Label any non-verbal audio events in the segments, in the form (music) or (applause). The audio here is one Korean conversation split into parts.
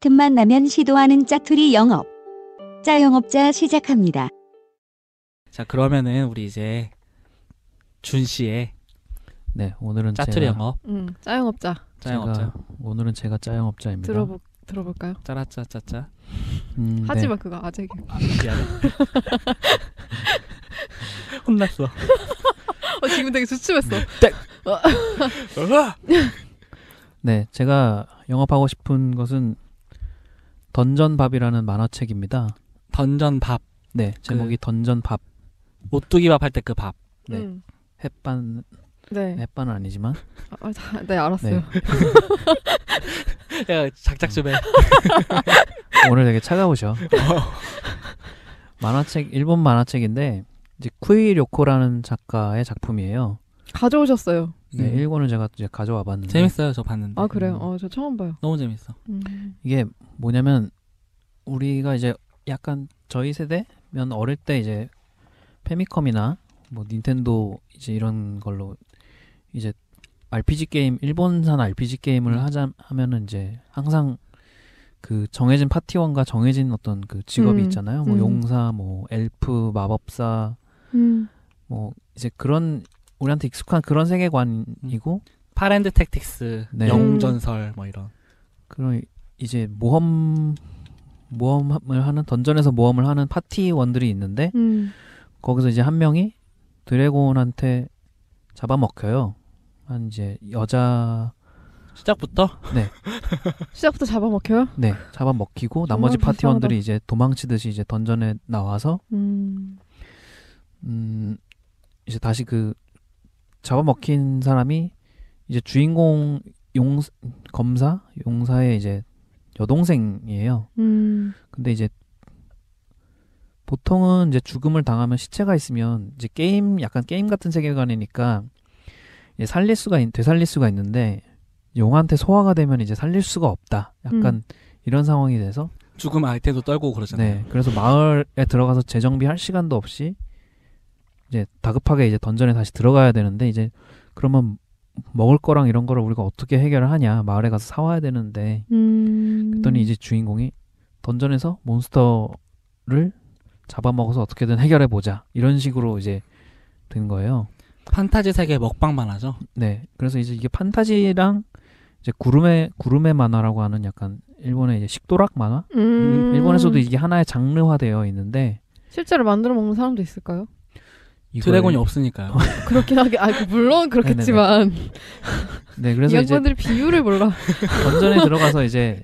틈만 나면 시도하는 짜투리 영업. 짜영업자 시작합니다. 자 그러면은 우리 이제 준 씨의 네, 오늘은 짜투리 제가, 영업 음, 짜영업자 짜영업자 제가- 오늘은 제가 짜영업자입니다. 들어보 들어볼까요? 짜라짜짜짜 네. 음, 네. 하지마 그거 아재 개그. 미안해 (laughs) 혼났어 (laughs) 어, 지금 되게 주춤했어. 네, 제가 영업하고 싶은 것은 던전밥이라는 만화책입니다. 던전 밥 네, 그- 제목이 던전밥. 오뚜기 밥 할 때 그 밥 (laughs) 네. 음, 햇반 네. 햇반은 아니지만 아, 다- 네 (laughs) 알았어요. 야, 작작 좀해 음. 오늘 되게 차가우셔. (laughs) 만화책 일본 만화책인데 이제 쿠이료코라는 작가의 작품이에요. 가져오셨어요. 네, 음. 일권을 제가 이제 가져와 봤는데 재밌어요 저 봤는데 네. 아 그래요? 어 저 처음 봐요. 너무 재밌어 음. 이게 뭐냐면 우리가 이제 약간 저희 세대면 어릴 때 이제 페미컴이나 뭐 닌텐도 이제 이런 걸로 이제 RPG 게임 일본산 RPG 게임을 음. 하자 하면은 이제 항상 그 정해진 파티원과 정해진 어떤 그 직업이 음, 있잖아요. 뭐 음. 용사, 뭐 엘프, 마법사, 음. 뭐 이제 그런 우리한테 익숙한 그런 음. 세계관이고 파랜드 택틱스 네. 영전설 뭐 이런 그런 이제 모험 모험을 하는 던전에서 모험을 하는 파티원들이 있는데 음. 거기서 이제 한 명이 드래곤한테 잡아먹혀요. 한 이제 여자 시작부터 시작부터 잡아먹혀요? 네 잡아먹히고 나머지 정말 파티원들이 이제 도망치듯이 이제 던전에 나와서 음. 음 이제 다시 그 잡아먹힌 사람이 이제 주인공 용 검사 용사의 이제 여동생이에요. 음. 근데 이제 보통은 이제 죽음을 당하면 시체가 있으면 이제 게임 약간 게임 같은 세계관이니까 이제 살릴 수가 있- 되살릴 수가 있는데 용한테 소화가 되면 이제 살릴 수가 없다. 약간 음. 이런 상황이 돼서 죽음 알테도 떨고 그러잖아요 네 그래서 마을에 들어가서 재정비할 시간도 없이 이제 다급하게 이제 던전에 다시 들어가야 되는데 이제 그러면 먹을 거랑 이런 거를 우리가 어떻게 해결을 하냐 마을에 가서 사와야 되는데 음. 그랬더니 이제 주인공이 던전에서 몬스터를 잡아먹어서 어떻게든 해결해 보자 이런 식으로 이제 된 거예요. 판타지 세계 먹방 만화죠 네, 그래서 이제 이게 판타지랑 이제 구름의 구름의 만화라고 하는 약간 일본의 이제 식도락 만화 음. 일본에서도 이게 하나의 장르화되어 있는데 실제로 만들어 먹는 사람도 있을까요? 이거를- 드래곤이 없으니까요 어, 그렇긴 하게 아 물론 그렇겠지만 네, 이 그래서 이제 양반들이 비율을 몰라. 던전에 들어가서 이제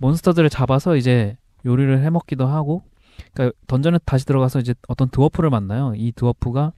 몬스터들을 잡아서 이제 요리를 해 먹기도 하고 그러니까 던전에 다시 들어가서 이제 어떤 드워프를 만나요. 이 드워프가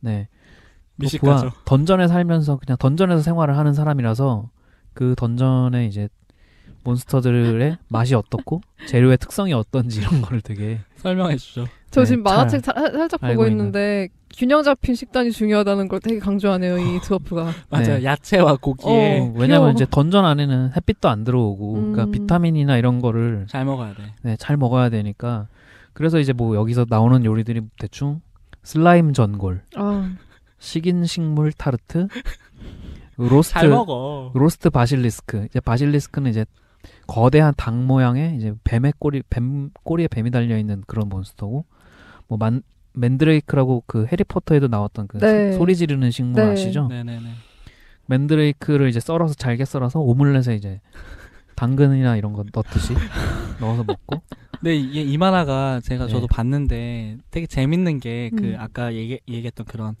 네. (laughs) 미식가죠 부하- 던전에 살면서 그냥 던전에서 생활을 하는 사람이라서 그 던전에 이제 (laughs) 몬스터들의 맛이 어떻고 재료의 특성이 어떤지 이런 거를 되게 설명해 주죠 저 네, 지금 잘 만화책 살- 살짝 알고 보고 있는. 있는데 균형 잡힌 식단이 중요하다는 걸 되게 강조하네요 이 아. 드워프가. (laughs) 맞아요 네. 야채와 고기에 어. 귀여워. 왜냐면 이제 던전 안에는 햇빛도 안 들어오고 그러니까 음. 비타민이나 이런 거를 잘 먹어야 돼 네, 잘 먹어야 되니까 그래서 이제 뭐 여기서 나오는 요리들이 대충 슬라임 전골, 아 식인 (laughs) 식물 타르트, 로스트 잘 먹어 로스트 바실리스크. 이제 바실리스크는 이제 거대한 닭 모양의 이제 뱀의 꼬리 뱀 꼬리에 뱀이 달려 있는 그런 몬스터고 뭐 만, 맨드레이크라고 그 해리포터에도 나왔던 그 네. 소- 소리 지르는 식물 네. 아시죠? 네네네 맨드레이크를 이제 썰어서 잘게 썰어서 오믈렛에 (laughs) 이제 당근이나 이런 거 넣듯이 넣어서 먹고 근데 이, 이 만화가 제가 네. 저도 봤는데 되게 재밌는 게 그 음. 아까 얘기, 얘기했던 그런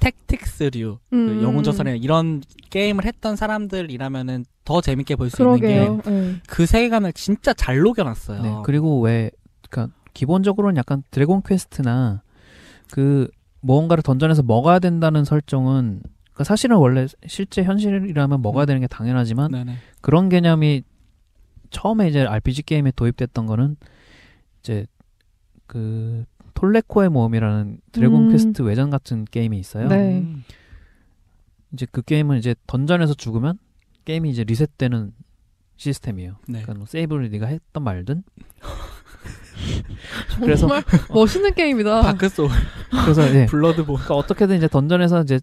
택틱스류 음. 그 영웅전설에 이런 게임을 했던 사람들이라면은 더 재밌게 볼 수 있는 그러게요. 네. 게 그 세계관을 진짜 잘 녹여놨어요. 네, 그리고 왜 그러니까 기본적으로는 약간 드래곤 퀘스트나 그 뭔가를 던전에서 먹어야 된다는 설정은 그러니까 사실은 원래 실제 현실이라면 먹어야 되는 게 당연하지만 네네. 그런 개념이 처음에 이제 RPG 게임에 도입됐던 거는 이제 그 톨레코의 모험이라는 드래곤 음. 퀘스트 외전 같은 게임이 있어요. 네. 음. 이제 그 게임은 이제 던전에서 죽으면 게임이 이제 리셋되는 시스템이에요. 네. 그러니까 뭐 세이브를 네가 했던 말든 (laughs) 정말 그래서- (laughs) 멋있는 게임이다. 다크 소울, 그래서 (laughs) 예, 아. 블러드본. 그러니까 어떻게든 이제 던전에서 이제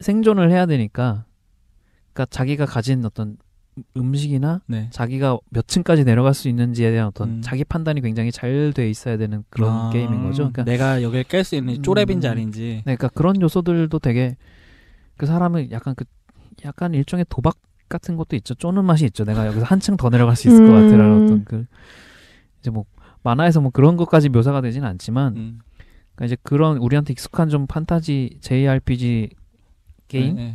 생존을 해야 되니까 그러니까 자기가 가진 어떤 음식이나 네. 자기가 몇 층까지 내려갈 수 있는지에 대한 어떤 음. 자기 판단이 굉장히 잘 돼 있어야 되는 그런 아, 게임인 거죠. 그러니까 내가 여길 깰 수 있는지 쪼렙인지 음. 아닌지. 네, 그러니까 그런 요소들도 되게 그 사람을 약간 그 약간 일종의 도박 같은 것도 있죠. 쪼는 맛이 있죠. 내가 여기서 한층 더 내려갈 수 있을 것 음. 같아라는 어떤 그 이제 뭐 만화에서 뭐 그런 것까지 묘사가 되진 않지만 음. 그러니까 이제 그런 우리한테 익숙한 좀 판타지 JRPG 게임의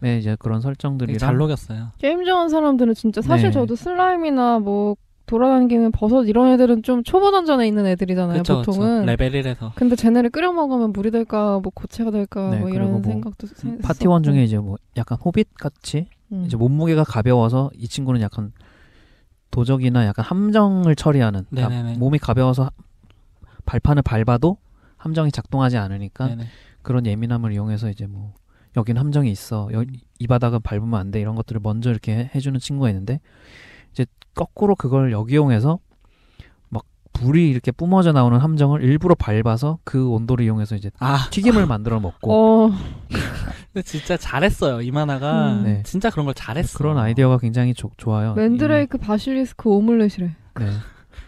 네, 이제 그런 네. 되게 설정들이랑 잘 녹였어요. 게임 좋아하는 사람들은 진짜 사실 네. 저도 슬라임이나 뭐 돌아다니는 버섯 이런 애들은 좀 초보 던전에 있는 애들이잖아요 그쵸, 그쵸. 네, 보통은 레벨 1에서 근데 쟤네를 끓여 먹으면 물이 될까 뭐 고체가 될까 네, 뭐 그리고 이런 뭐 생각도 생- 파티원 했었고. 음. 중에 이제 뭐 약간 호빗 같이 음. 이제 몸무게가 가벼워서 이 친구는 약간 도적이나 약간 함정을 처리하는 그러니까 네네네. 몸이 가벼워서 하- 발판을 밟아도 함정이 작동하지 않으니까 네네. 그런 예민함을 이용해서 이제 뭐 여긴 함정이 있어 음. 여- 이 바닥은 밟으면 안 돼 이런 것들을 먼저 이렇게 해- 해주는 친구가 있는데 이제 거꾸로 그걸 역이용해서 막 불이 이렇게 뿜어져 나오는 함정을 일부러 밟아서 그 온도를 이용해서 이제 아, (laughs) 튀김을 만들어 먹고 어 근데 진짜 잘했어요. 이 만화가 음. 네. 진짜 그런 걸 잘했어. 그런 아이디어가 굉장히 조- 좋아요. 예. 맨드레이크 바실리스크 오믈렛이래 이- 네.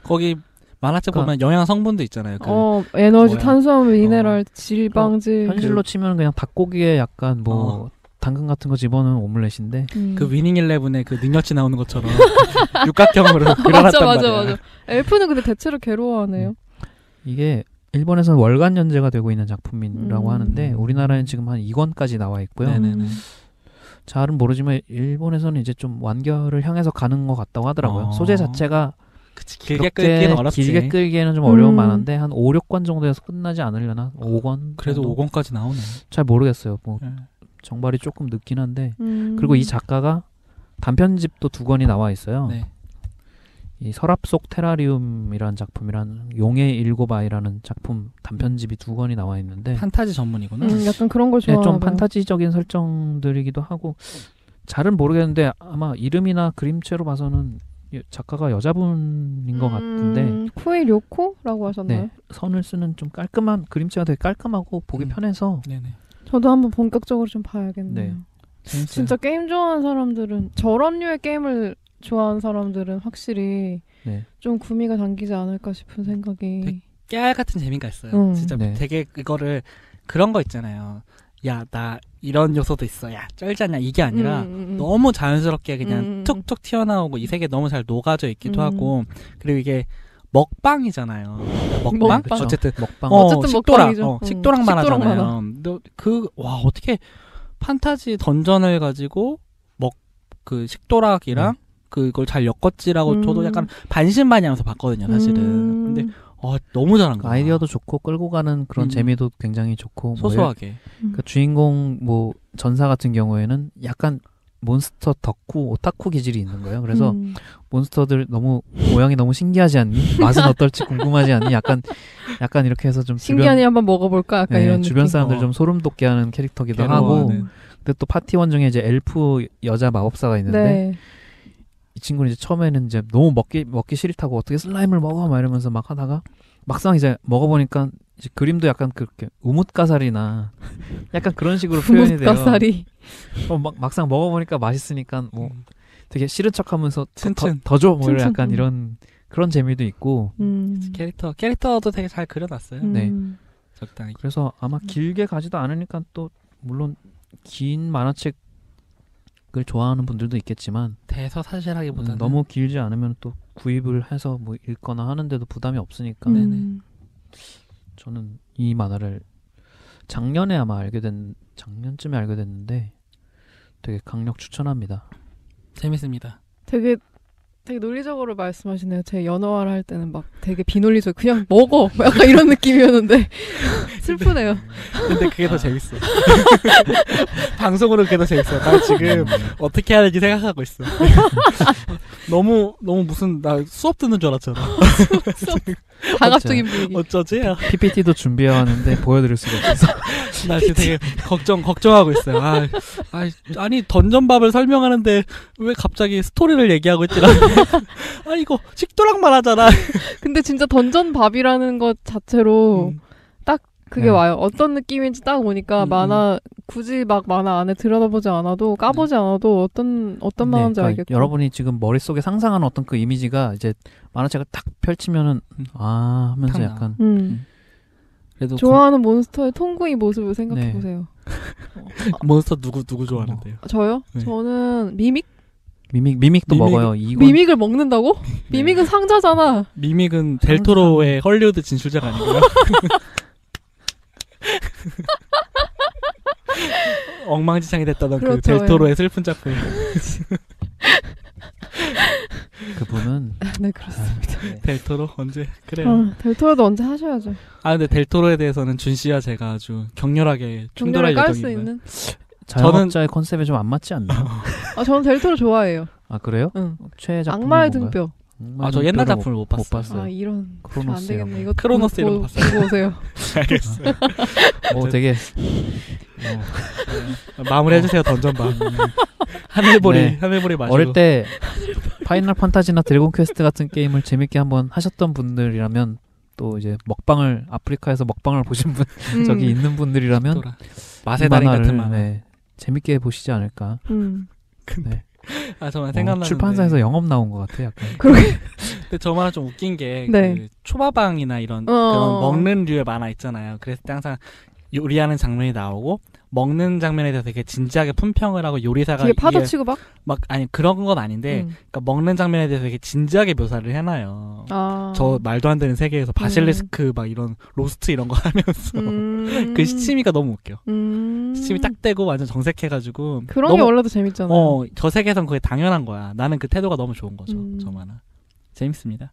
거기 만화책 보면 영양 성분도 있잖아요. 그 어 에너지 뭐야. 탄수화물 미네랄 지방질 어, 현실로 치면 그냥 닭고기에 약간 뭐 어. 당근 같은 거 집어넣은 오믈렛인데 음. 그 위닝 일레븐의 그 능력치 나오는 것처럼 (laughs) 육각형으로 (laughs) 맞아 그려놨단 맞아 말이야. 맞아 엘프는 근데 대체로 괴로워하네요 음. 이게 일본에서는 월간 연재가 되고 있는 작품이라고 음. 하는데 우리나라는 지금 한 2권까지 나와 있고요. 네네. 네네네. 음. 잘은 모르지만 일본에서는 이제 좀 완결을 향해서 가는 것 같다고 하더라고요. 어. 소재 자체가 그치, 길게 그렇게 끌기는 어렵지. 길게 끌기에는 좀 어려운 음. 만화인데 한 5, 6권 정도에서 끝나지 않으려나? 5권? 그래도 5권까지 나오네. 잘 모르겠어요. 뭐 예. 정발이 조금 늦긴 한데 음. 그리고 이 작가가 단편집도 두 권이 나와 있어요. 네. 이 서랍 속 테라리움이라는 작품이랑 용의 일곱 아이라는 작품 단편집이 두 권이 나와 있는데 예. 판타지 전문이구나. 음, 약간 그런 걸 예, 좋아하나 좀 봐요. 판타지적인 설정들이기도 하고 잘은 모르겠는데 아마 이름이나 그림체로 봐서는 이 작가가 여자분인 것 같은데 음, 쿠이 료코라고 하셨나요? 네 선을 쓰는 좀 깔끔한 그림체가 되게 깔끔하고 보기 음. 편해서 네네. 저도 한번 본격적으로 좀 봐야겠네요. 네. 재밌어요. 진짜 게임 좋아하는 사람들은 저런 류의 게임을 좋아하는 사람들은 확실히 네. 좀 구미가 당기지 않을까 싶은 생각이. 되게 깨알 같은 재미가 있어요. 음. 진짜 네. 되게 그거를 그런 거 있잖아요. 야, 나 이런 요소도 있어. 야, 쩔잖냐. 이게 아니라 음, 음, 음. 너무 자연스럽게 그냥 음. 툭툭 튀어나오고 이 세계 너무 잘 녹아져 있기도 음. 하고 그리고 이게 먹방이잖아요. 먹방? 먹방. 어쨌든 네, 먹방 어, 어쨌든 식도락, 먹방이죠. 어, 음. 식도락 식도락 만화잖아요. 그와 어떻게 판타지 던전을 가지고 먹 그 식도락이랑 그걸 잘 엮었지라고 음. 저도 약간 반신반의하면서 봤거든요, 사실은. 음. 근데 와 너무 잘한 거야. 아이디어도 좋고 끌고 가는 그런 음. 재미도 굉장히 좋고 뭐 소소하게. 음. 그 주인공 뭐 전사 같은 경우에는 약간 몬스터 덕후 오타쿠 기질이 있는 거예요. 그래서 음. 몬스터들 너무 모양이 너무 신기하지 않니? (laughs) 맛은 어떨지 궁금하지 않니? 약간 약간 이렇게 해서 좀 신기하니 주변 한번 먹어볼까? 약간 네, 이런 주변 느낌. 사람들 어. 좀 소름 돋게 하는 캐릭터기도 하고 뭐 괴로워하는. 근데 또 파티원 중에 이제 엘프 여자 마법사가 있는데 네. 이 친구는 이제 처음에는 이제 너무 먹기 먹기 싫다고 어떻게 슬라임을 먹어 막 이러면서 막 하다가 막상 이제 먹어보니까 이제 그림도 약간 그렇게 우뭇가사리나 (laughs) 약간 그런 (laughs) 식으로 표현이 돼요. 가사리. 어, 막, 막상 먹어보니까 맛있으니까 뭐 음. 되게 싫은 척하면서 튼튼. 더줘 뭐 이런 튼튼, 약간 음. 이런 그런 재미도 있고 음. 캐릭터 캐릭터도 되게 잘 그려놨어요. 음. 네. 적당히. 그래서 아마 음. 길게 가지도 않으니까 또 물론 긴 만화책을 좋아하는 분들도 있겠지만 음, 대서사실하기보다는 너무 길지 않으면 또 구입을 해서 뭐 읽거나 하는데도 부담이 없으니까 네. 음. 저는 이 만화를 작년에 아마 알게 된 작년쯤에 알게 됐는데 되게 강력 추천합니다. 재밌습니다. 되게 되게 논리적으로 말씀하시네요. 제 연어화를 할 때는 막 되게 비논리적 그냥 먹어 약간 이런 느낌이었는데 (laughs) 슬프네요. 근데 그게 더 재밌어. (laughs) 방송으로 그게 더 재밌어. 나 음, (laughs) 지금 어떻게 해야 될지 생각하고 있어. (laughs) 너무 너무 무슨 나 수업 듣는 줄 알았잖아. 강압적인 분위기. 어쩌지? 아, PPT도 준비해 왔는데 보여드릴 수가 없어서 나 지금 되게 걱정 걱정하고 있어요. 아, 아, 니 던전밥을 설명하는데 왜 갑자기 스토리를 얘기하고 있지? (laughs) 아 이거 식도락만 하잖아. 어. 근데 진짜 던전 밥이라는 것 자체로 음. 그게 네. 와요. 어떤 느낌인지 딱 오니까 음, 만화 굳이 막 만화 안에 들여다보지 않아도 까보지 않아도 어떤 어떤 네, 만화인지 그러니까 알겠고. 여러분이 지금 머릿속에 상상하는 어떤 그 이미지가 이제 만화책을 딱 펼치면은 음. 아 하면서 탁 약간 음. 그래도 좋아하는 몬스터의 통구이 모습을 음. 생각해 네. (laughs) 보세요. 어. 거- 몬스터 누구 누구 좋아하는데요? 저요? 네. 저는 미믹? 미믹 미믹도 미믹- 먹어요. 이건 미믹을 먹는다고? 네. 미믹은 상자잖아. 미믹은 델토로의 헐리우드 진출작 아닌가요? 엉망진창이 됐다던 그 그렇죠, 델토로의 슬픈 작품. 그분은 네 그렇습니다. 델토로 언제 그래요? 아, 델토라도 언제 하셔야죠. 아 근데 델토로에 대해서는 준 씨와 제가 아주 격렬하게 충돌할 종료를 깔 수 예정입니다. 있는. 자영업자의 컨셉에 좀 안 맞지 않나? (laughs) 아 저는 델토를 좋아해요. 아 그래요? 응. 어, 최애 작품 악마의 등뼈. 아 저 옛날 작품을 못 봤어요. (laughs) 못 봤어요. 아 이런. 안 크로노스 되겠네. 이런 이거 크로노스 이런 거 봤어요. 보고 오세요. (laughs) 알겠어요. 거. 어 되게 어, 마무리해 주세요 던전바. (laughs) 하늘보리 네. 하늘보리 마시고. 어릴 때 파이널 판타지나 드래곤 퀘스트 같은 게임을 재밌게 한번 하셨던 분들이라면 또 이제 먹방을 아프리카에서 먹방을 보신 분 음, 저기 있는 분들이라면 델토라. 이 맛의 달인 같은 만화. 네, 재밌게 보시지 않을까. 음. 아 어, 정말 생각나는데. 출판사에서 영업 나온 것 같아. 약간 근데 저만 좀 웃긴 게 네. 그 초밥왕이나 이런 어. 그런 먹는 류의 만화 있잖아요. 그래서 때 항상 요리하는 장면이 나오고 먹는 장면에 대해서 되게 진지하게 품평을 하고 요리사가 되게 파도 이게 치고 막. 막 아니 그런 건 아닌데 음. 그러니까 먹는 장면에 대해서 되게 진지하게 묘사를 해놔요. 아. 저 말도 안 되는 세계에서 바실리스크 막 이런 로스트 이런 거 (laughs) 하면서 음. 그 시치미가 너무 웃겨. 음. 시침이 딱 떼고 완전 정색해가지고 그런 게 너무 원래도 재밌잖아요. 어, 저 세계에선 그게 당연한 거야. 나는 그 태도가 너무 좋은 거죠. 음. 저 만화 재밌습니다.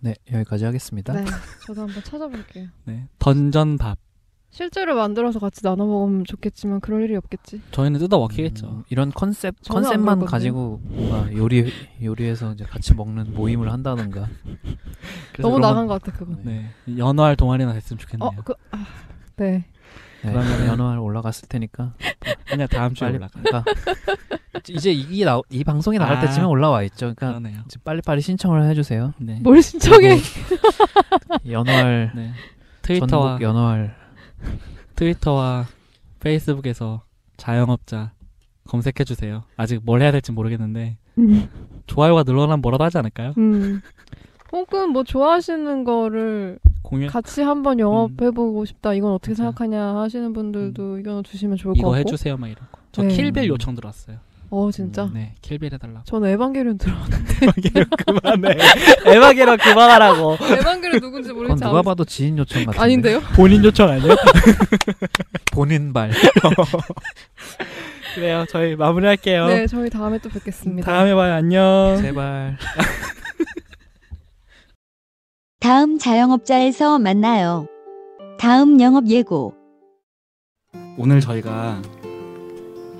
네 여기까지 하겠습니다. 네. 저도 한번 찾아볼게요. 네, 던전 밥. 실제로 만들어서 같이 나눠 먹으면 좋겠지만 그럴 일이 없겠지. 저희는 뜯어 먹히겠죠. 음, 이런 컨셉 저는 안 컨셉만 그러거든요. 가지고 뭔가 요리 요리해서 이제 같이 먹는 모임을 한다던가. (laughs) 그래서 너무 그러면- 나간 것 같아 그거. 네, 연어할 동아리나 됐으면 좋겠네요. 어, 그, 아, 네. 네, 그러면은- 연말 올라갔을 테니까 아니야 다음 주에 빨리 올라가. 그러니까 이제 이, 나, 이 방송이 나갈 아. 때쯤에 올라와 있죠. 그러니까 그러네요. 이제 빨리빨리 신청을 해주세요. 네. 뭘 신청해? 연월 네. 트위터와 전국 연월 트위터와 페이스북에서 자영업자 검색해 주세요. 아직 뭘 해야 될지 모르겠는데 음. 좋아요가 늘어나면 뭐라도 하지 않을까요? 음. 혹은 뭐 좋아하시는 거를 공유 같이 한번 음. 영업해보고 싶다. 이건 어떻게 맞아요. 생각하냐 하시는 분들도 의견을 주시면 좋을 것 음. 이거 같고. 해주세요 막 이런 거. 저 네. 킬빌 요청 들었어요. 어 진짜. 음, 네, 킬빌 해달라고. 저는 에반게리온 들어. 에바게로 그만해. 에바게로 그만하라고. 에반게리온 누군지 그건 모르겠지. 누가 봐도 지인 요청 같은데 아닌데요? (laughs) 본인 요청 아니에요? 본인 발 그래요. 저희 (laughs) 마무리할게요. 네, 저희 다음에 또 뵙겠습니다. 다음에 봐요. 안녕. 제발 다음 자영업자에서 만나요. 다음 영업 예고. 오늘 저희가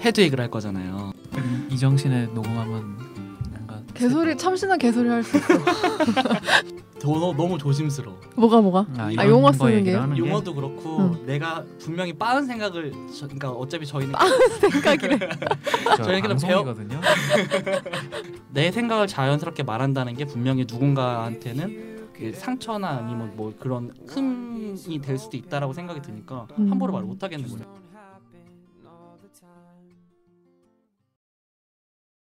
헤드윅을 할 거잖아요. 이 정신에 녹음하면 뭔가 개소리 참신한 개소리 할 수 있어. 저 너, 너무 조심스러워. 뭐가 뭐가? 아, 이런 용어 거 쓰는 얘기를 게요? 하는 게 용어도 그렇고 응. 내가 분명히 빠른 생각을 저, 그러니까 어차피 저희는 생각이래. 저 저희는 그냥 배워- 방송이거든요. 내 생각을 자연스럽게 말한다는 게 분명히 누군가한테는 그 상처나 아니면 뭐 그런 흠이 될 수도 있다라고 생각이 드니까 음. 함부로 말을 못 하겠는 거예요.